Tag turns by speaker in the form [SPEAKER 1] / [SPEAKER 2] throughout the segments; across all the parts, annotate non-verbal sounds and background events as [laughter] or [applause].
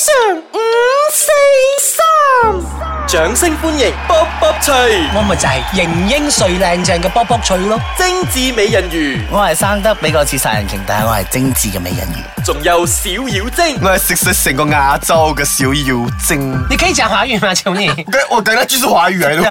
[SPEAKER 1] 常五四三，掌聲歡迎卜卜脆，
[SPEAKER 2] 我咪就係型英帥靚正嘅卜卜脆咯，
[SPEAKER 1] 精緻美人魚，
[SPEAKER 3] 我係生得比較似殺人鯨，但係我係精緻嘅美人魚。
[SPEAKER 1] 仲有小妖精，
[SPEAKER 4] 我係食食成個亞洲嘅小妖精。
[SPEAKER 2] 你可以講華語 [laughs] 嘛，小年？
[SPEAKER 4] 對我等下繼續華語
[SPEAKER 5] [laughs]
[SPEAKER 4] 嚟咯。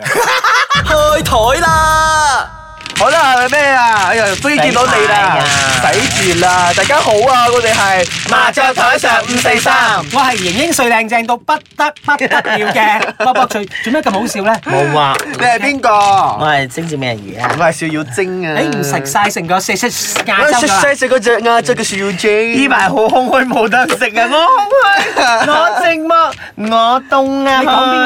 [SPEAKER 1] 開台啦！
[SPEAKER 5] 好啦，係咩啊？哎呀，終於見到你啦，洗住啦！大家好啊，我哋係麻雀台上五四三。
[SPEAKER 2] 我係型英帥靚正到不得不得了 [laughs] 嘅卜卜脆，做咩咁好笑咧？
[SPEAKER 3] 冇啊，
[SPEAKER 5] 你係邊個？
[SPEAKER 3] 我係精緻美人魚啊。
[SPEAKER 4] 我係小妖精
[SPEAKER 5] à.
[SPEAKER 4] 啊！
[SPEAKER 2] 你唔食晒成個四色
[SPEAKER 5] 我
[SPEAKER 2] 亞
[SPEAKER 5] 食
[SPEAKER 2] 洲㗎啦
[SPEAKER 5] 晒食嗰隻亞洲嘅小妖精。
[SPEAKER 3] 排好空虛冇得食啊！我空虛，我寂寞，我凍啊！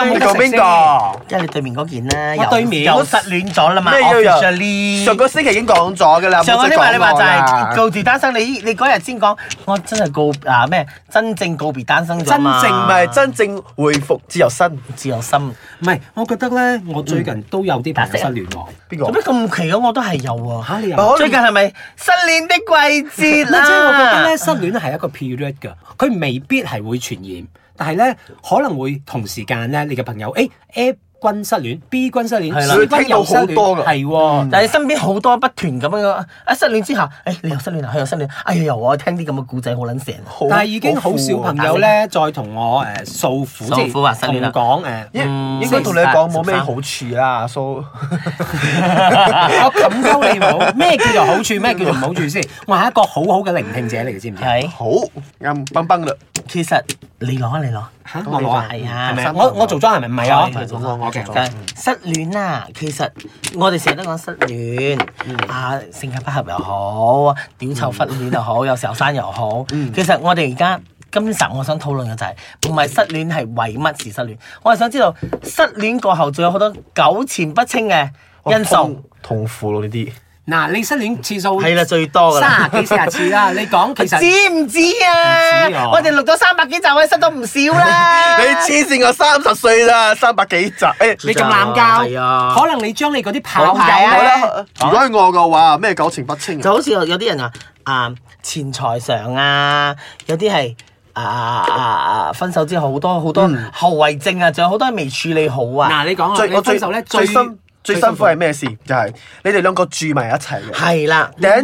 [SPEAKER 2] 你講邊個冇
[SPEAKER 5] 你
[SPEAKER 2] 得
[SPEAKER 5] 講
[SPEAKER 2] 食
[SPEAKER 5] 邊個？
[SPEAKER 3] 即係你對面嗰件啦，
[SPEAKER 2] 我
[SPEAKER 3] 又
[SPEAKER 2] 對面
[SPEAKER 3] 又失戀咗啦嘛。
[SPEAKER 5] 咩又
[SPEAKER 3] officially
[SPEAKER 5] 上個星期已經講咗㗎啦，
[SPEAKER 3] 上個你
[SPEAKER 5] 冇再
[SPEAKER 3] 話你話
[SPEAKER 5] 講
[SPEAKER 3] 就
[SPEAKER 5] 我啦
[SPEAKER 3] 係告別單身，你你嗰日先講，我真係告啊咩？真正告別單身咗
[SPEAKER 5] 真
[SPEAKER 3] 嘛
[SPEAKER 5] 正唔係真正回復自由身。
[SPEAKER 3] 自由心。
[SPEAKER 2] 唔係，我覺得咧，我最近都有啲朋友失戀喎。
[SPEAKER 5] 邊
[SPEAKER 3] 做
[SPEAKER 5] 個
[SPEAKER 3] 咩？咁奇嘅？我都係有喎。
[SPEAKER 2] 嚇你又
[SPEAKER 3] 最近係咪失戀的季節
[SPEAKER 2] 嗱，即係我覺得
[SPEAKER 3] 啦？
[SPEAKER 2] 咧，失戀咧係一個 period 㗎，佢未必係會傳染，但係咧可能會同時間咧，你嘅朋友誒 A 君失戀，B 君失戀
[SPEAKER 3] 係啦
[SPEAKER 2] ，C 君又失
[SPEAKER 5] 聽到好
[SPEAKER 2] 戀，
[SPEAKER 5] 多㗎
[SPEAKER 2] 係喎。
[SPEAKER 3] 但係身邊好多不斷咁樣嘅，一失戀之後，誒、你又失戀啦，佢又失戀，哎呀又我聽啲咁嘅故仔好撚成。
[SPEAKER 2] 但係已經好少朋友咧，再同我誒訴苦，即
[SPEAKER 3] 訴苦啊
[SPEAKER 2] 係
[SPEAKER 3] 失
[SPEAKER 2] 同
[SPEAKER 3] 戀啦
[SPEAKER 2] 我講誒，
[SPEAKER 5] 應應該同你講冇咩好處啦， [laughs] 蘇。
[SPEAKER 2] [laughs] 我冚鳩你唔好，咩叫做好處，咩叫做唔好處先？我係一個好好嘅聆聽者嚟嘅，知唔知？
[SPEAKER 3] 係，
[SPEAKER 5] 好啱崩崩嘞！
[SPEAKER 3] 其實你攞啊你攞，
[SPEAKER 2] 嚇我攞啊，
[SPEAKER 3] 係啊
[SPEAKER 2] 係咪
[SPEAKER 5] 三個
[SPEAKER 2] 我我做裝係咪？唔係啊，
[SPEAKER 3] 係做裝
[SPEAKER 2] 我嘅。
[SPEAKER 3] 但係失戀啊，其實我哋成日都講失戀，啊性格不合又好，屌臭忽戀又好，有時候生又好。其實我哋而家今集我想討論嘅就係唔係失戀係為乜事失戀？我係想知道失戀過後仲有好多糾纏不清嘅因素。
[SPEAKER 5] 痛苦咯呢啲。
[SPEAKER 2] 嗱，你失戀次數
[SPEAKER 3] 哦係啦最多㗎啦
[SPEAKER 2] 三十幾四十次 [laughs] 啦。你講其實
[SPEAKER 3] 知唔知啊
[SPEAKER 2] 唔知啊？
[SPEAKER 3] 我哋錄咗三百幾集，我哋失到唔少
[SPEAKER 2] [laughs]
[SPEAKER 3] 啦。
[SPEAKER 5] 你黐線，我三十歲啦，三百幾集。誒，
[SPEAKER 2] 你仲濫
[SPEAKER 3] 係
[SPEAKER 2] 交，
[SPEAKER 3] 啊
[SPEAKER 2] 可能你將你嗰啲炮
[SPEAKER 3] 好
[SPEAKER 2] 牌
[SPEAKER 3] 友
[SPEAKER 2] 咧
[SPEAKER 3] 啦。
[SPEAKER 5] 啊
[SPEAKER 4] 如果係我嘅話，咩糾情不清
[SPEAKER 3] 就
[SPEAKER 4] 啊？
[SPEAKER 3] 好似有有啲人話啊錢財上啊，有啲係啊啊啊啊分手之後好多好多後遺症啊，仲有好多未處理好啊。
[SPEAKER 2] 嗯嗱，你講啊，
[SPEAKER 5] 最
[SPEAKER 2] 你
[SPEAKER 5] 我
[SPEAKER 2] 分
[SPEAKER 5] 最
[SPEAKER 2] 手咧
[SPEAKER 5] 最辛最辛苦係咩事？就係你哋兩個住埋一齊嘅。
[SPEAKER 3] 係啦，
[SPEAKER 5] 頂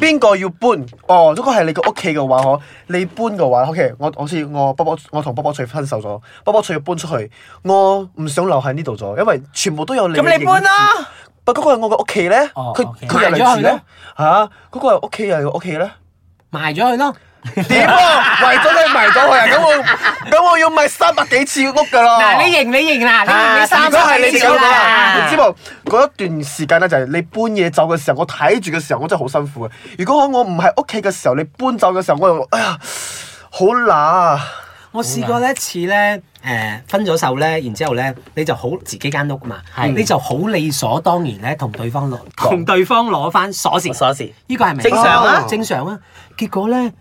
[SPEAKER 5] 邊個要搬？哦，如果係你個屋企嘅話，嗬，你搬嘅話，OK，我好似我波波，我同波波翠分手咗，波波翠要搬出去，我唔想留喺呢度咗，因為全部都有你。
[SPEAKER 3] 咁你搬啦。
[SPEAKER 5] 不過嗰個係我嘅屋企咧，
[SPEAKER 2] 哦
[SPEAKER 5] 佢
[SPEAKER 2] OK
[SPEAKER 5] 佢又
[SPEAKER 2] 賣咗
[SPEAKER 5] 嚟
[SPEAKER 2] 佢
[SPEAKER 5] 住
[SPEAKER 2] 咧
[SPEAKER 5] 咧，嚇，嗰個係屋企又係我屋企咧。
[SPEAKER 2] 埋咗佢咯。
[SPEAKER 5] 點啊？為咗你埋咗佢啊？咁我
[SPEAKER 2] [laughs]
[SPEAKER 5] 咁我要賣三百幾次屋噶啦。
[SPEAKER 2] 嗱，你型你型啦，你型
[SPEAKER 5] 啊
[SPEAKER 2] 你三
[SPEAKER 5] 如果係
[SPEAKER 2] 十
[SPEAKER 5] 你
[SPEAKER 2] 幾
[SPEAKER 5] 哋
[SPEAKER 2] 次
[SPEAKER 5] 嗰個
[SPEAKER 2] 啦
[SPEAKER 5] 啊，。你知冇？嗰一段時間咧，就係你搬嘢走嘅時候，我睇住嘅時候，我真係好辛苦嘅。啊如果我唔喺屋企嘅時候，你搬走嘅時候，我又哎呀，好乸啊！
[SPEAKER 2] 我試過一次咧，誒、分咗手咧，然之後咧，你就好自己間屋嘛，你就好理所當然咧，同對方攞同對方攞翻鎖匙，
[SPEAKER 3] 鎖匙
[SPEAKER 2] 呢個係咪
[SPEAKER 3] 正常啊
[SPEAKER 2] 正常啊。結果咧，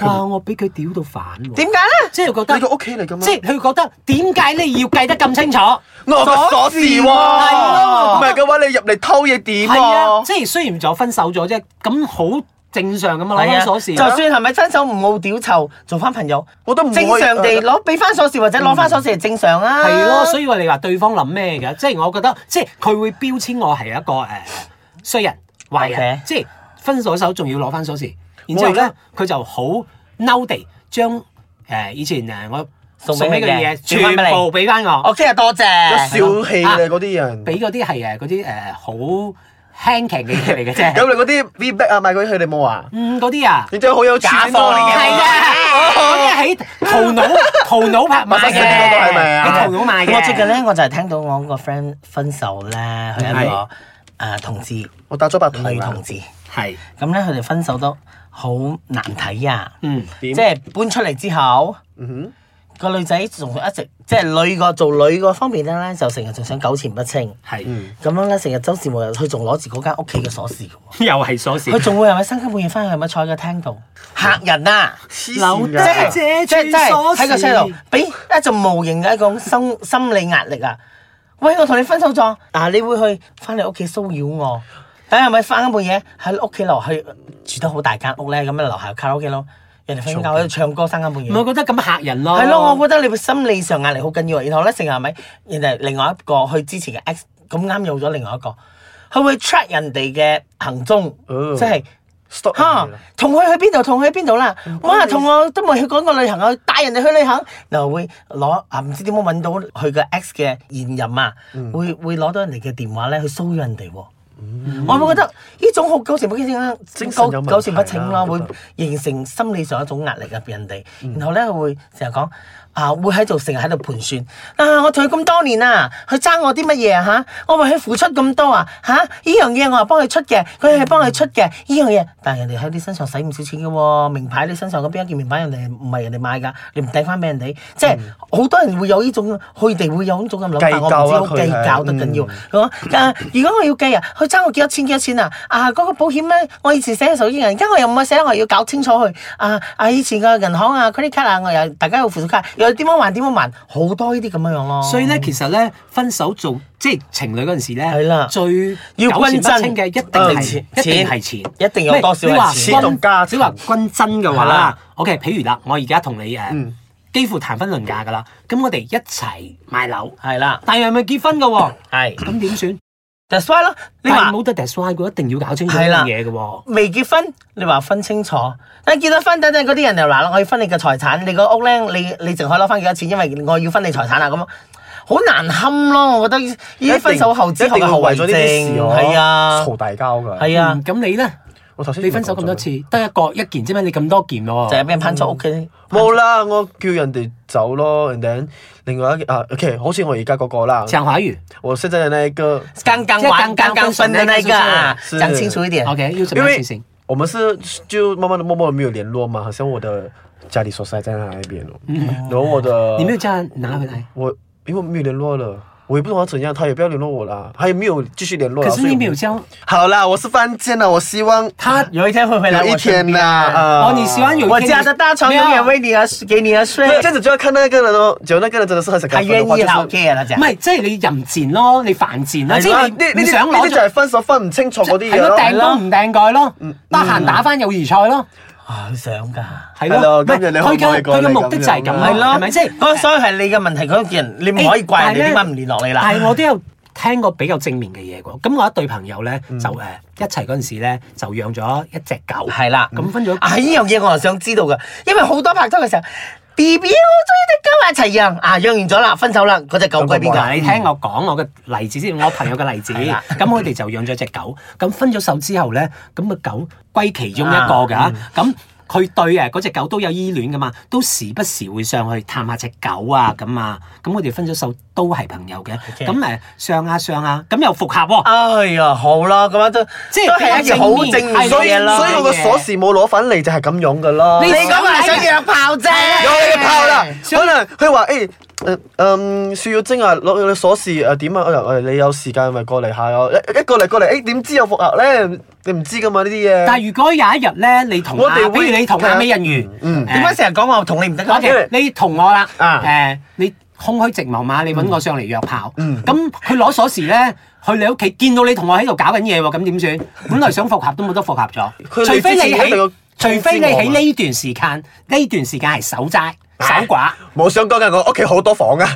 [SPEAKER 2] 哇！我俾佢屌到反喎，
[SPEAKER 3] 點解咧？
[SPEAKER 2] [laughs] 即係覺得
[SPEAKER 5] 你個屋企嚟㗎嘛
[SPEAKER 2] 即係佢覺得點解你要計得咁清楚？
[SPEAKER 5] 我有個鎖匙喎，
[SPEAKER 2] 咯
[SPEAKER 5] 唔係嘅話，你入嚟偷嘢點
[SPEAKER 2] 係啊，
[SPEAKER 5] 啊？
[SPEAKER 2] 即係雖然就分手咗啫，咁好正常咁嘛，攞
[SPEAKER 3] 係
[SPEAKER 2] 翻
[SPEAKER 3] 啊，
[SPEAKER 2] 鎖匙。
[SPEAKER 3] 就算係咪親手唔好屌臭，做翻朋友，
[SPEAKER 5] 我
[SPEAKER 2] 啊
[SPEAKER 5] 都唔可
[SPEAKER 3] 正
[SPEAKER 5] 以
[SPEAKER 3] 常地攞俾翻鎖匙或者攞翻鎖匙係正常啊。
[SPEAKER 2] 係咯，所以話你話對方諗咩嘅？即係我覺得，即係佢會標籤我係一個誒、呃衰人、壞人
[SPEAKER 3] OK
[SPEAKER 2] 即係分咗手仲要攞翻鎖匙，然之後
[SPEAKER 5] 我而
[SPEAKER 2] 咧
[SPEAKER 5] 家
[SPEAKER 2] 佢就好嬲地將誒、呃以前誒我
[SPEAKER 3] 送
[SPEAKER 2] 送俾
[SPEAKER 3] 俾
[SPEAKER 2] 佢
[SPEAKER 3] 佢
[SPEAKER 2] 嘅嘢
[SPEAKER 3] 嘅
[SPEAKER 2] 全部俾翻我，
[SPEAKER 3] 我今日啊多
[SPEAKER 5] 有
[SPEAKER 3] 謝。
[SPEAKER 5] 小氣嘅嗰啲人。
[SPEAKER 2] 俾嗰啲係誒嗰啲誒好輕騎嘅嘢嚟嘅啫。
[SPEAKER 5] 咁你嗰啲 V back 啊，賣嗰啲佢哋冇啊？
[SPEAKER 2] 嗯，嗰啲啊。
[SPEAKER 5] 你真係好有錢
[SPEAKER 3] 假貨嚟嘅
[SPEAKER 2] 係
[SPEAKER 5] 啊！
[SPEAKER 2] 啊，嗰啲喺淘腦淘腦拍賣
[SPEAKER 5] 馬
[SPEAKER 2] 嘅，
[SPEAKER 5] 生食得到係咪啊
[SPEAKER 2] 喺淘腦賣嘅。
[SPEAKER 3] 我最近咧，我就係聽到我個 friend 分手咧，佢係一個誒同志女
[SPEAKER 5] 我打咗白筒啊
[SPEAKER 3] 同！志，
[SPEAKER 2] 係
[SPEAKER 3] 咁咧佢哋分手都好難睇啊。
[SPEAKER 2] 嗯
[SPEAKER 3] 即係搬出嚟之後，
[SPEAKER 5] 嗯
[SPEAKER 3] 個女仔仲一直即係女個做女個方面咧，就成日仲想糾纏不清，
[SPEAKER 2] 係，
[SPEAKER 3] 咁樣咧成日周時無日，佢仲攞住嗰間屋企嘅鎖匙嘅喎，
[SPEAKER 2] 又係鎖匙
[SPEAKER 3] 佢。仲會係咪三更半夜翻去係咪坐喺個廳度嚇人啊！
[SPEAKER 5] 哼，黐線
[SPEAKER 3] 即
[SPEAKER 5] 㗎
[SPEAKER 3] 係
[SPEAKER 2] 姐
[SPEAKER 3] 即係
[SPEAKER 2] 住
[SPEAKER 3] 即係喺個
[SPEAKER 2] 鎖匙
[SPEAKER 3] 車度，俾哎一種無形嘅一種心心理壓力啊！喂，我同你分手咗，嗱，你會去翻你屋企騷擾我，等係咪翻緊半夜喺屋企樓去住得好大間屋咧，咁樣樓下有卡拉 OK 咯，人哋瞓覺喺度唱歌三更半夜
[SPEAKER 2] 唔。係覺得咁嚇人咯。
[SPEAKER 3] 係咯，我覺得你心理上壓力好緊要啊。然後咧，成日係咪人哋另外一個佢之前嘅 ex 咁啱有咗另外一個，佢會 track 人哋嘅行蹤，
[SPEAKER 5] 哦
[SPEAKER 3] 即係。
[SPEAKER 5] stop
[SPEAKER 3] 吓，同佢去邊度，同佢去邊度啦。哇，同我都冇去講過旅行啊，帶人哋去旅行，嗱會攞啊，唔知點樣揾到佢嘅 ex 嘅現任啊，會會攞到人哋嘅電話咧去騷擾人哋喎。我會覺得呢種好糾纏不清啦，
[SPEAKER 5] 嗯精神有問題啦啊
[SPEAKER 3] 糾纏不清啦，
[SPEAKER 5] 我
[SPEAKER 3] 會
[SPEAKER 5] 覺得
[SPEAKER 3] 形成心理上一種壓力入人哋，
[SPEAKER 5] 嗯
[SPEAKER 3] 然後咧會成日講啊，會喺度成日喺度盤算啊，我同佢咁多年啊，佢爭我啲乜嘢啊嚇？我為佢付出咁多啊嚇？呢樣嘢我係幫佢出嘅，佢係幫佢出嘅
[SPEAKER 5] 嗯
[SPEAKER 3] 呢樣嘢，但係人哋喺你身上使唔少錢嘅喎，名牌你身上咁邊一件名牌人哋唔係人哋買㗎，你唔抵翻俾人哋，即係好多人會有呢種，佢哋會有呢種咁諗法，我
[SPEAKER 5] 嗯計較啊
[SPEAKER 3] 唔知好
[SPEAKER 5] 佢係
[SPEAKER 3] 計較得緊要。佢話啊，如果我要計啊，佢爭我幾多錢幾多錢啊？啊，嗰、個保險咧，我以前寫嘅時候已經，而家我又唔係寫，我又要搞清楚佢啊啊，以前嘅銀行啊、credit card 啊，我又大家有附屬卡，又點樣還點樣還，好多呢啲咁樣樣咯。
[SPEAKER 2] 所以咧，其實咧，分手做即係情侶嗰陣時咧，
[SPEAKER 3] 係啦
[SPEAKER 2] 最
[SPEAKER 3] 要
[SPEAKER 2] 糾纏
[SPEAKER 3] 均
[SPEAKER 2] 不
[SPEAKER 3] 真
[SPEAKER 2] 清嘅一定
[SPEAKER 3] 嗯
[SPEAKER 2] 係
[SPEAKER 3] 錢
[SPEAKER 2] 一定係錢，
[SPEAKER 3] 錢一定有多少係錢
[SPEAKER 2] 你話
[SPEAKER 5] 錢同家
[SPEAKER 2] 均，你話均真嘅話
[SPEAKER 3] 係
[SPEAKER 2] 啦
[SPEAKER 3] 啦
[SPEAKER 2] ，OK，譬如啦，我而家同你誒幾乎談婚論嫁噶啦，咁我哋一齊買樓，
[SPEAKER 3] 係啦，
[SPEAKER 2] 但係咪結婚嘅喎？
[SPEAKER 3] 係
[SPEAKER 2] 咁點算？
[SPEAKER 3] that's why 咯，你
[SPEAKER 2] 你
[SPEAKER 3] 話
[SPEAKER 2] 話。冇得 d e s i 一定要搞清楚呢
[SPEAKER 3] 係啦
[SPEAKER 2] 樣嘢嘅喎。
[SPEAKER 3] 未結婚，你話分清楚。但係結咗婚，等等嗰啲人又嗱，我要分你嘅財產，你個屋咧，你你淨可以攞翻幾多錢，因為我要分你財產啦咁。好難堪咯，我覺得呢啲分手後之後嘅後遺症，係啊，
[SPEAKER 5] 哦嘈大交㗎。
[SPEAKER 3] 係啊
[SPEAKER 2] 嗯，咁你咧？
[SPEAKER 5] 我頭先
[SPEAKER 2] 你分手咁多次，得一個一件啫嘛，你咁多件喎。
[SPEAKER 3] 就係俾人攀咗屋企。
[SPEAKER 5] 冇啦，我叫人哋走咯，人哋另外一啊，OK，好似我而家嗰個啦，
[SPEAKER 2] 上海魚
[SPEAKER 5] 我現在的那一個，
[SPEAKER 3] 剛剛玩剛剛分的那個啊，
[SPEAKER 5] 是
[SPEAKER 3] 講清楚一點。
[SPEAKER 2] ，OK，要怎
[SPEAKER 5] 因
[SPEAKER 2] 麼樣
[SPEAKER 5] 為
[SPEAKER 2] 進行？
[SPEAKER 5] 我們是就慢慢的、默默的沒有聯絡嘛，好像我的家裡鎖匙還在他那邊哦，然後我的
[SPEAKER 2] 嗯你沒有叫他拿回來。
[SPEAKER 5] 我因為我沒有聯絡了，我也不懂要怎樣，他也不要聯絡我啦，他也沒有繼續聯絡啦。啊
[SPEAKER 2] 可是
[SPEAKER 5] 所以
[SPEAKER 2] 你
[SPEAKER 5] 我
[SPEAKER 2] 沒有教
[SPEAKER 5] 好啦，我是犯賤了，我希望
[SPEAKER 2] 他
[SPEAKER 3] 有一天會回來
[SPEAKER 5] 有一
[SPEAKER 3] 我身
[SPEAKER 5] 天
[SPEAKER 3] 邊
[SPEAKER 5] 啦，
[SPEAKER 3] 啊。
[SPEAKER 5] 啊
[SPEAKER 2] 哦，你喜歡有一
[SPEAKER 3] 我
[SPEAKER 2] 天
[SPEAKER 3] 家的大床永遠為你而給你而睡。
[SPEAKER 5] 這樣子就要看 [laughs] 那個人哦，只有那個人真的是很想跟
[SPEAKER 3] 他
[SPEAKER 5] 他分
[SPEAKER 3] 願
[SPEAKER 5] 的
[SPEAKER 3] 意
[SPEAKER 5] 話，就是哎
[SPEAKER 3] 啦，OK 啦，
[SPEAKER 2] 唔係，即係你淫賤咯，你犯賤啦，
[SPEAKER 5] 係
[SPEAKER 2] 即
[SPEAKER 5] 啦
[SPEAKER 2] 係
[SPEAKER 5] 呢呢
[SPEAKER 2] 你唔
[SPEAKER 5] 啲
[SPEAKER 2] 想
[SPEAKER 5] 呢
[SPEAKER 2] 攞
[SPEAKER 5] 啲就係
[SPEAKER 2] 咗，
[SPEAKER 5] 分手分唔清楚嗰
[SPEAKER 2] 係
[SPEAKER 5] 啲嘢
[SPEAKER 2] 咯，嗯
[SPEAKER 5] 咯。
[SPEAKER 2] 掟都唔掟蓋咯，得閒打翻友誼賽咯，
[SPEAKER 3] 啊，好想㗎。
[SPEAKER 2] 係
[SPEAKER 5] 係
[SPEAKER 2] 咯，
[SPEAKER 5] 咯
[SPEAKER 2] 唔係
[SPEAKER 5] 今日你
[SPEAKER 2] 佢
[SPEAKER 5] 可唔可
[SPEAKER 2] 嘅
[SPEAKER 5] 以講
[SPEAKER 2] 佢
[SPEAKER 5] 你
[SPEAKER 2] 嘅目的就係咁
[SPEAKER 5] 咁
[SPEAKER 2] 咯，
[SPEAKER 5] 樣
[SPEAKER 3] 係咯，
[SPEAKER 2] 係咪即係？
[SPEAKER 3] 嗰所以係你嘅問題，嗰件你唔可以怪人哋點解唔聯絡你啦。
[SPEAKER 2] 但係我都有聽過比較正面嘅嘢喎。咁我一對朋友咧就誒一齊嗰陣時咧就養咗一隻狗，
[SPEAKER 3] 係啦，
[SPEAKER 2] 咁分咗
[SPEAKER 3] 啊呢樣嘢我係想知道嘅，因為好多拍拖嘅時候，B B 我中意只狗啊，一齊養啊，養完咗啦，分手啦，嗰只狗歸邊
[SPEAKER 2] 嗱，
[SPEAKER 3] 個？
[SPEAKER 2] 啊你聽我講我嘅例子先，我朋友嘅例子，
[SPEAKER 3] 係啦
[SPEAKER 2] 咁佢哋就養咗只狗，咁分咗手之後咧，咁個狗歸其中一個㗎，咁佢對誒嗰只狗都有依戀㗎嘛，都時不時會上去探下只狗啊咁啊，咁佢哋分咗手都係朋友嘅，
[SPEAKER 3] OK
[SPEAKER 2] 咁誒上下上下，咁又復合喎，
[SPEAKER 3] 哎呀，好啦，咁樣都
[SPEAKER 2] 即係
[SPEAKER 3] 都係一件好正面嘅
[SPEAKER 5] 所以
[SPEAKER 3] 嘢啦。
[SPEAKER 5] 所以我個鎖匙冇攞返嚟就係咁樣噶啦。
[SPEAKER 3] 你講係想約炮啫，
[SPEAKER 5] 有你炮啦，可能佢話誒。誒嗯，邵耀晶啊，攞你鎖匙誒點啊？誒誒，你有時間咪過嚟下啊！一一過嚟過嚟，誒點知有復合咧？你唔知噶嘛呢啲嘢。
[SPEAKER 2] 但係如果有一日咧，你同
[SPEAKER 5] 我
[SPEAKER 2] 啊，
[SPEAKER 5] 哋
[SPEAKER 2] 譬
[SPEAKER 5] 會
[SPEAKER 2] 如你同阿
[SPEAKER 5] 睇
[SPEAKER 2] 美人魚，
[SPEAKER 5] 嗯
[SPEAKER 2] 誒
[SPEAKER 3] 點解成日講我同你唔得
[SPEAKER 2] 我
[SPEAKER 3] 嘅？
[SPEAKER 2] 哋你同我啦，
[SPEAKER 5] 啊
[SPEAKER 2] 誒，你空虛寂寞嘛，你揾我上嚟約炮，咁佢攞鎖匙咧去你屋企，見到你同我喺度搞緊嘢喎，咁點算？本來想復合都冇得復合咗，
[SPEAKER 5] 佢
[SPEAKER 2] 除非
[SPEAKER 5] 嚟之
[SPEAKER 2] 你
[SPEAKER 5] 前一定要
[SPEAKER 2] 喺除非你喺
[SPEAKER 5] 通知我嘛
[SPEAKER 2] 呢段時間，呢段時間係守齋守寡，
[SPEAKER 5] 冇想講嘅，我屋企好多房啊，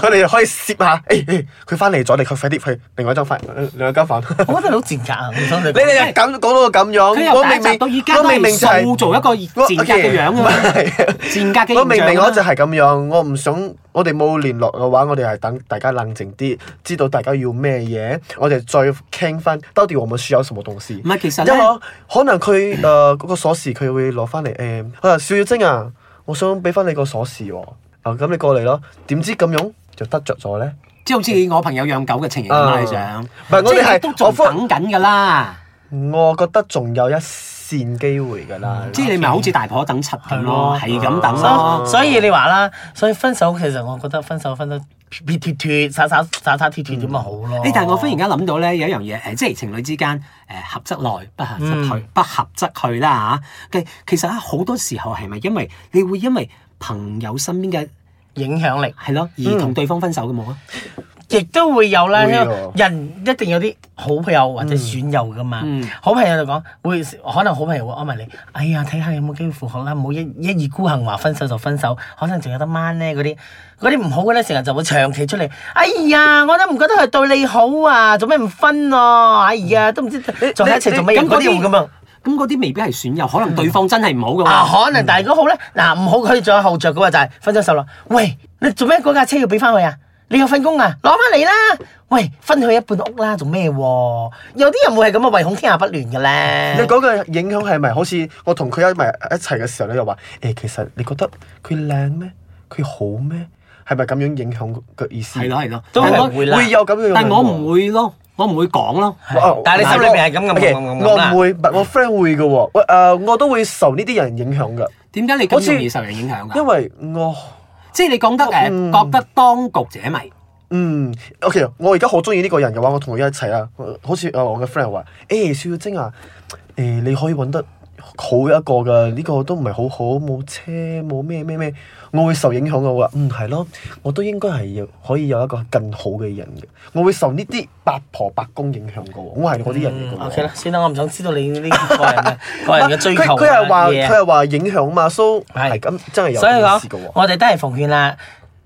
[SPEAKER 5] 佢哋可以攝下。誒誒，佢翻嚟咗，你快快啲去另外一張房，另外一間房。
[SPEAKER 3] 我覺得你好賤格啊！我想你
[SPEAKER 5] 你哋又咁講到咁
[SPEAKER 2] 佢
[SPEAKER 5] 樣，
[SPEAKER 2] 由
[SPEAKER 5] 我
[SPEAKER 2] 第一
[SPEAKER 5] 明
[SPEAKER 2] 集到依家
[SPEAKER 5] 明
[SPEAKER 2] 都
[SPEAKER 5] 我明
[SPEAKER 2] 係
[SPEAKER 5] 明就係
[SPEAKER 2] 塑造一個
[SPEAKER 5] 我
[SPEAKER 2] 賤格
[SPEAKER 5] OK，
[SPEAKER 2] 嘅樣
[SPEAKER 5] [laughs] 唔
[SPEAKER 2] 啊嘛，
[SPEAKER 5] 係
[SPEAKER 2] 賤格嘅
[SPEAKER 5] 我明
[SPEAKER 2] 形象
[SPEAKER 5] 明
[SPEAKER 2] 啊
[SPEAKER 5] 我
[SPEAKER 2] 嘛
[SPEAKER 5] 就係咁樣，我唔想我哋冇聯絡嘅話，我哋係等大家冷靜啲，知道大家要咩嘢，我哋再傾翻，到底我們需要什麼東西。
[SPEAKER 2] 唔係其實咧
[SPEAKER 5] 因為。我可能佢誒呃嗰個鎖匙佢會攞翻嚟誒，啊邵耀晶啊，我想俾翻你個鎖匙喎，啊咁你過嚟咯，點知咁樣就得着咗咧？
[SPEAKER 2] 即係好似我朋友養狗嘅情形咁啦，
[SPEAKER 5] 啊
[SPEAKER 2] 你想？
[SPEAKER 5] 唔係我
[SPEAKER 2] 即
[SPEAKER 5] 哋
[SPEAKER 2] 你
[SPEAKER 5] 係
[SPEAKER 2] 都仲
[SPEAKER 5] 我
[SPEAKER 2] 等緊㗎啦，
[SPEAKER 5] 我覺得仲有一線機會㗎啦。
[SPEAKER 2] 即係你咪好似大婆等柒咁咯，係
[SPEAKER 3] 係
[SPEAKER 2] 咁等
[SPEAKER 3] 所
[SPEAKER 2] 咯
[SPEAKER 3] 以。所以你話啦，所以分手其實我覺得分手分得撇脱脱、灑灑灑灑脱脱咁咪好咯。
[SPEAKER 2] 誒，但係我忽然間諗到咧，有一樣嘢誒，即係情侶之間誒合則來，不合則去，不合則去啦嚇。嘅其實啊好多時候係咪因為你會因為朋友身邊嘅
[SPEAKER 3] 影響力
[SPEAKER 2] 係咯而同對方分手嘅冇啊？
[SPEAKER 3] 亦都會有啦，
[SPEAKER 5] 會
[SPEAKER 3] 因
[SPEAKER 5] 喎
[SPEAKER 3] 為人一定有啲好朋友或者損友噶嘛。
[SPEAKER 2] 嗯
[SPEAKER 3] 好朋友就講會，可能好朋友會安慰你，哎呀，睇下有冇機會復合啦，唔好一一意孤行話分手就分手，可能仲有得掹呢嗰啲。嗰啲唔好嘅咧，成日就會長期出嚟。哎呀，我都唔覺得佢對你好啊，做咩唔分啊？哎呀，都唔知仲喺一齊做乜嘢
[SPEAKER 2] 咁
[SPEAKER 3] 嗰
[SPEAKER 2] 嗰
[SPEAKER 3] 啲
[SPEAKER 2] 啲
[SPEAKER 3] 會咁樣。
[SPEAKER 2] 咁嗰啲未必係損友，可能對方真係唔好嘅
[SPEAKER 3] 啊，
[SPEAKER 2] 喎。
[SPEAKER 3] 可能，但係如果好咧，嗱唔好佢仲有後着嘅話就係分咗手啦。喂，你做咩嗰架車要俾翻佢啊？你有份工啊，攞翻嚟啦！喂，分佢一半屋啦，做咩喎？有啲人會係咁啊，唯恐天下不亂嘅咧。
[SPEAKER 5] 你講嘅影響係咪好似我同佢一埋一齊嘅時候，你又話誒，其實你覺得佢靚咩？佢好咩？係咪咁樣影響嘅意思？
[SPEAKER 2] 係咯係咯，
[SPEAKER 3] 都係
[SPEAKER 2] 但我
[SPEAKER 3] 會啦
[SPEAKER 5] 會有咁樣嘅
[SPEAKER 2] 但我
[SPEAKER 5] 喎
[SPEAKER 2] 唔會咯，我唔會講咯。
[SPEAKER 5] 哦
[SPEAKER 3] 但係你心裏邊係咁咁
[SPEAKER 5] OK，
[SPEAKER 3] 咁咁咁啦
[SPEAKER 5] 我唔會，但我 friend 會嘅喎。喂，誒，我都會受呢啲人影響嘅，
[SPEAKER 2] 點解你
[SPEAKER 5] 好
[SPEAKER 2] 咁
[SPEAKER 5] 似
[SPEAKER 2] 容易受人影響㗎？
[SPEAKER 5] 因為我
[SPEAKER 2] 即係你講得誒，覺得當局者迷。
[SPEAKER 5] 嗯，OK，我而家好中意呢個人嘅話，我同佢一齊啦。好似誒我嘅 friend 話：，誒、小晶啊，誒、你可以揾得好一個㗎，呢、個都唔係好好，冇車冇咩咩咩，我會受影響嘅。我話嗯係咯，我都應該係有可以有一個更好嘅人嘅，我會受呢啲八婆八公影響嘅喎，我係嗰啲人嚟嘅喎。
[SPEAKER 3] O K 嗯啦，算啦，我唔想知道你呢啲 [laughs] 個人嘅個人嘅追求
[SPEAKER 5] 佢佢係
[SPEAKER 3] 啊
[SPEAKER 5] 話
[SPEAKER 3] 嘢
[SPEAKER 5] 佢
[SPEAKER 3] 啊
[SPEAKER 5] 係話影響嘛，so
[SPEAKER 3] 係
[SPEAKER 5] 係咁真係有
[SPEAKER 3] 所以
[SPEAKER 5] 件事嘅
[SPEAKER 3] 講，
[SPEAKER 5] 喎。
[SPEAKER 3] 我哋都係奉勸啦，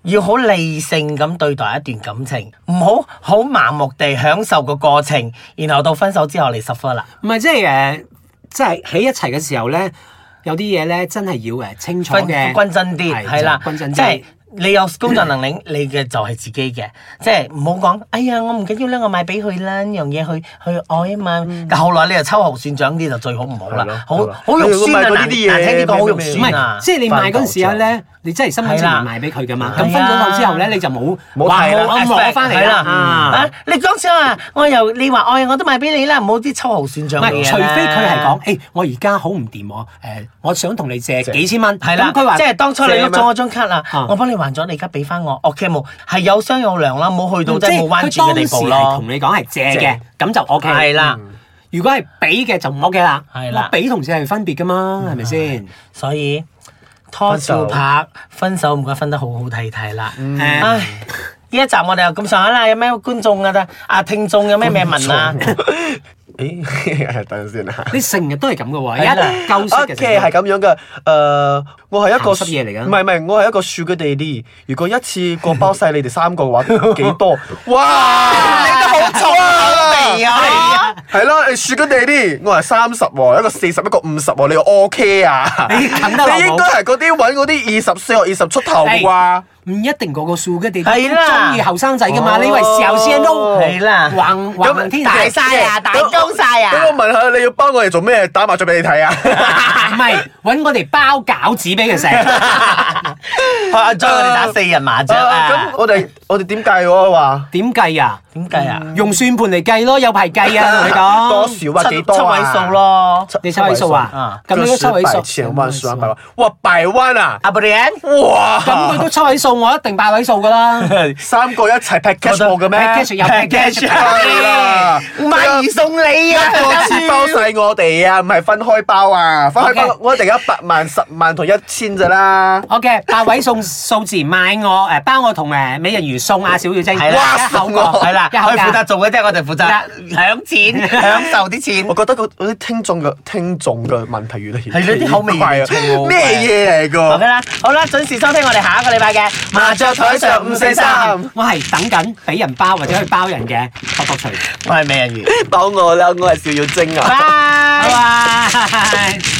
[SPEAKER 3] 要好理性咁對待一段感情，唔好好盲目地享受個過程，然後到分手之後你 suffer 啦。
[SPEAKER 2] 唔係即係誒，即係喺一齊嘅時候咧，有啲嘢咧真係要誒呃清楚
[SPEAKER 3] 分
[SPEAKER 2] 嘅，
[SPEAKER 3] 均真啲，係啦，
[SPEAKER 2] 就均真
[SPEAKER 3] 即係
[SPEAKER 2] 啲。
[SPEAKER 3] 你有工作能力，你嘅就係自己嘅，即係唔好講，哎呀，我唔緊要啦，我買俾佢啦，呢樣嘢去去愛啊嘛。
[SPEAKER 2] 嗯
[SPEAKER 3] 但後來你就秋後算賬啲就最好唔好
[SPEAKER 5] 係
[SPEAKER 3] 啦
[SPEAKER 5] 咯，
[SPEAKER 3] 好
[SPEAKER 5] 係咯
[SPEAKER 3] 好肉酸啊，
[SPEAKER 5] 你要買過呢
[SPEAKER 3] 難難
[SPEAKER 5] 啲嘢
[SPEAKER 3] 聽啲講好肉
[SPEAKER 2] 唔
[SPEAKER 3] 酸啊
[SPEAKER 2] 係，。即係你買嗰陣時候咧，你真係心甘情願
[SPEAKER 3] 係啦
[SPEAKER 2] 賣俾佢噶嘛。
[SPEAKER 3] 係
[SPEAKER 2] 咁
[SPEAKER 3] 啊
[SPEAKER 2] 分咗手之後咧，你就冇
[SPEAKER 5] 冇
[SPEAKER 2] 話
[SPEAKER 5] 提啦
[SPEAKER 2] 我我攞翻嚟
[SPEAKER 3] 係
[SPEAKER 2] 啦。
[SPEAKER 3] 啊
[SPEAKER 2] 啊！
[SPEAKER 3] 你講先啊，我又你話愛我都買俾你啦，唔好啲秋後算賬
[SPEAKER 2] 唔
[SPEAKER 3] 嘅
[SPEAKER 2] 係，
[SPEAKER 3] 嘢
[SPEAKER 2] 除非佢係
[SPEAKER 3] 啦
[SPEAKER 2] 講，誒，我而家好唔掂喎，誒，我想同你借幾千蚊，
[SPEAKER 3] 係啦，
[SPEAKER 2] 咁佢話
[SPEAKER 3] 即係當初你碌
[SPEAKER 2] 借
[SPEAKER 3] 咗
[SPEAKER 2] 嘛
[SPEAKER 3] 我張卡啦
[SPEAKER 2] 啊，
[SPEAKER 3] 我幫你還咗，你而家俾翻我，OK 冇？係有商有量啦，冇去到真係冇彎
[SPEAKER 2] 嗯
[SPEAKER 3] 轉
[SPEAKER 2] 佢
[SPEAKER 3] 嘅
[SPEAKER 2] 當
[SPEAKER 3] 地
[SPEAKER 2] 時
[SPEAKER 3] 步
[SPEAKER 2] 係
[SPEAKER 3] 咯
[SPEAKER 2] 同。你講係借嘅
[SPEAKER 3] 借，
[SPEAKER 2] 咁就 O K。
[SPEAKER 3] 係啦，
[SPEAKER 2] 如果係俾嘅就唔 O K 啦。
[SPEAKER 3] 係啦嗯
[SPEAKER 2] 我俾同借係分別噶嘛，係咪先？
[SPEAKER 3] 所以拖
[SPEAKER 5] 分
[SPEAKER 3] 照
[SPEAKER 5] 手
[SPEAKER 3] 拍分手唔嗯該分得好好睇睇啦。
[SPEAKER 2] 誒，
[SPEAKER 3] 唉，呢一集我哋又咁上下啦，有咩觀眾啊？得啊，聽眾有咩咩問啊？
[SPEAKER 5] [laughs] 誒， [laughs] 等陣先啊。
[SPEAKER 2] 你成日都係咁嘅喎，
[SPEAKER 3] 係啦
[SPEAKER 2] 一嚿
[SPEAKER 5] 啊
[SPEAKER 2] 水嘅成
[SPEAKER 5] ，K
[SPEAKER 2] 日
[SPEAKER 5] 係咁樣嘅，誒、我係一個
[SPEAKER 2] 鹹濕嘢嚟㗎
[SPEAKER 5] 唔係唔係，我係一個 sugar daddy。如果一次過包晒你哋三個嘅話，
[SPEAKER 2] [laughs]
[SPEAKER 5] 幾多？哇！你都好臭
[SPEAKER 3] 係
[SPEAKER 5] 啊！
[SPEAKER 3] 啊，
[SPEAKER 5] 係咯，你 sugar daddy，我係三十喎，一個四十，一個五十喎，你 O K 啊？
[SPEAKER 2] 你啃得落冇
[SPEAKER 5] 你應該係嗰啲揾嗰啲二十四或二十出頭
[SPEAKER 2] 係
[SPEAKER 5] 啩？
[SPEAKER 2] 唔一定個個數嘅地都
[SPEAKER 3] 係啦
[SPEAKER 2] 中意後生仔噶嘛？你以為時候先撈
[SPEAKER 3] 係啦
[SPEAKER 2] 橫橫 [laughs] 天
[SPEAKER 3] 大晒啊，大高晒
[SPEAKER 5] 咁我
[SPEAKER 3] 啊！
[SPEAKER 5] 問下，你要包我哋做咩？打麻雀俾你睇啊？
[SPEAKER 2] 唔係揾我哋包餃子俾
[SPEAKER 3] [laughs]
[SPEAKER 2] 佢食，
[SPEAKER 3] 阿 j 啊我哋打四人麻雀
[SPEAKER 5] 啊
[SPEAKER 3] 啊
[SPEAKER 5] 咁！我哋我哋點計我話？
[SPEAKER 2] 點計啊？
[SPEAKER 3] 點計啊？
[SPEAKER 2] 用算盤嚟計咯，有排
[SPEAKER 3] [laughs]
[SPEAKER 2] 計啊！
[SPEAKER 5] 多
[SPEAKER 2] 同你講，
[SPEAKER 5] 少啊？
[SPEAKER 3] 七
[SPEAKER 5] 幾多
[SPEAKER 3] 七
[SPEAKER 5] 啊？
[SPEAKER 3] 位數咯。
[SPEAKER 2] 你收位數啊
[SPEAKER 3] 啊？
[SPEAKER 2] 咁你都收位數，
[SPEAKER 5] 千萬、十萬、百萬，哇，百萬啊！
[SPEAKER 3] 阿 b r i a n
[SPEAKER 2] 咁佢
[SPEAKER 5] 哇，
[SPEAKER 2] 都七位數，我一定八位數噶啦。
[SPEAKER 5] 三個一齊劈 cash 冇嘅咩？
[SPEAKER 2] package
[SPEAKER 3] [laughs]
[SPEAKER 2] 有 package
[SPEAKER 5] 係啦，
[SPEAKER 3] 買二送你啊！
[SPEAKER 5] 個次包晒我哋啊，唔係分開包啊，分開包
[SPEAKER 2] OK
[SPEAKER 5] 我哋一百萬、十萬同一千咋啦。
[SPEAKER 3] [laughs]
[SPEAKER 2] OK，八位數數字買我誒包我同誒美人魚送阿小妖精，
[SPEAKER 3] 係
[SPEAKER 5] 啦
[SPEAKER 2] 一口
[SPEAKER 5] 送
[SPEAKER 2] 過
[SPEAKER 5] 我
[SPEAKER 3] 係啦，
[SPEAKER 2] 一口
[SPEAKER 3] 佢負責
[SPEAKER 2] 價。
[SPEAKER 3] 做嘅啫，我哋負責享錢、 [laughs] 享受啲錢
[SPEAKER 5] 我。覺得嗰嗰啲聽眾嘅聽眾嘅問題越嚟越
[SPEAKER 3] 係呢啲口味
[SPEAKER 5] 奇怪啊
[SPEAKER 3] 越嚟越重喎
[SPEAKER 5] 咩嘢嚟
[SPEAKER 3] OK
[SPEAKER 5] 㗎？
[SPEAKER 3] 啦，好啦，準時收聽我哋下一個禮拜嘅麻雀台上五四三，
[SPEAKER 2] 我係等緊俾人包或者去包人嘅博博除，
[SPEAKER 3] 我係美人魚，
[SPEAKER 5] 包我啦，我係邵耀晶啊。
[SPEAKER 3] 拜
[SPEAKER 2] 拜拜。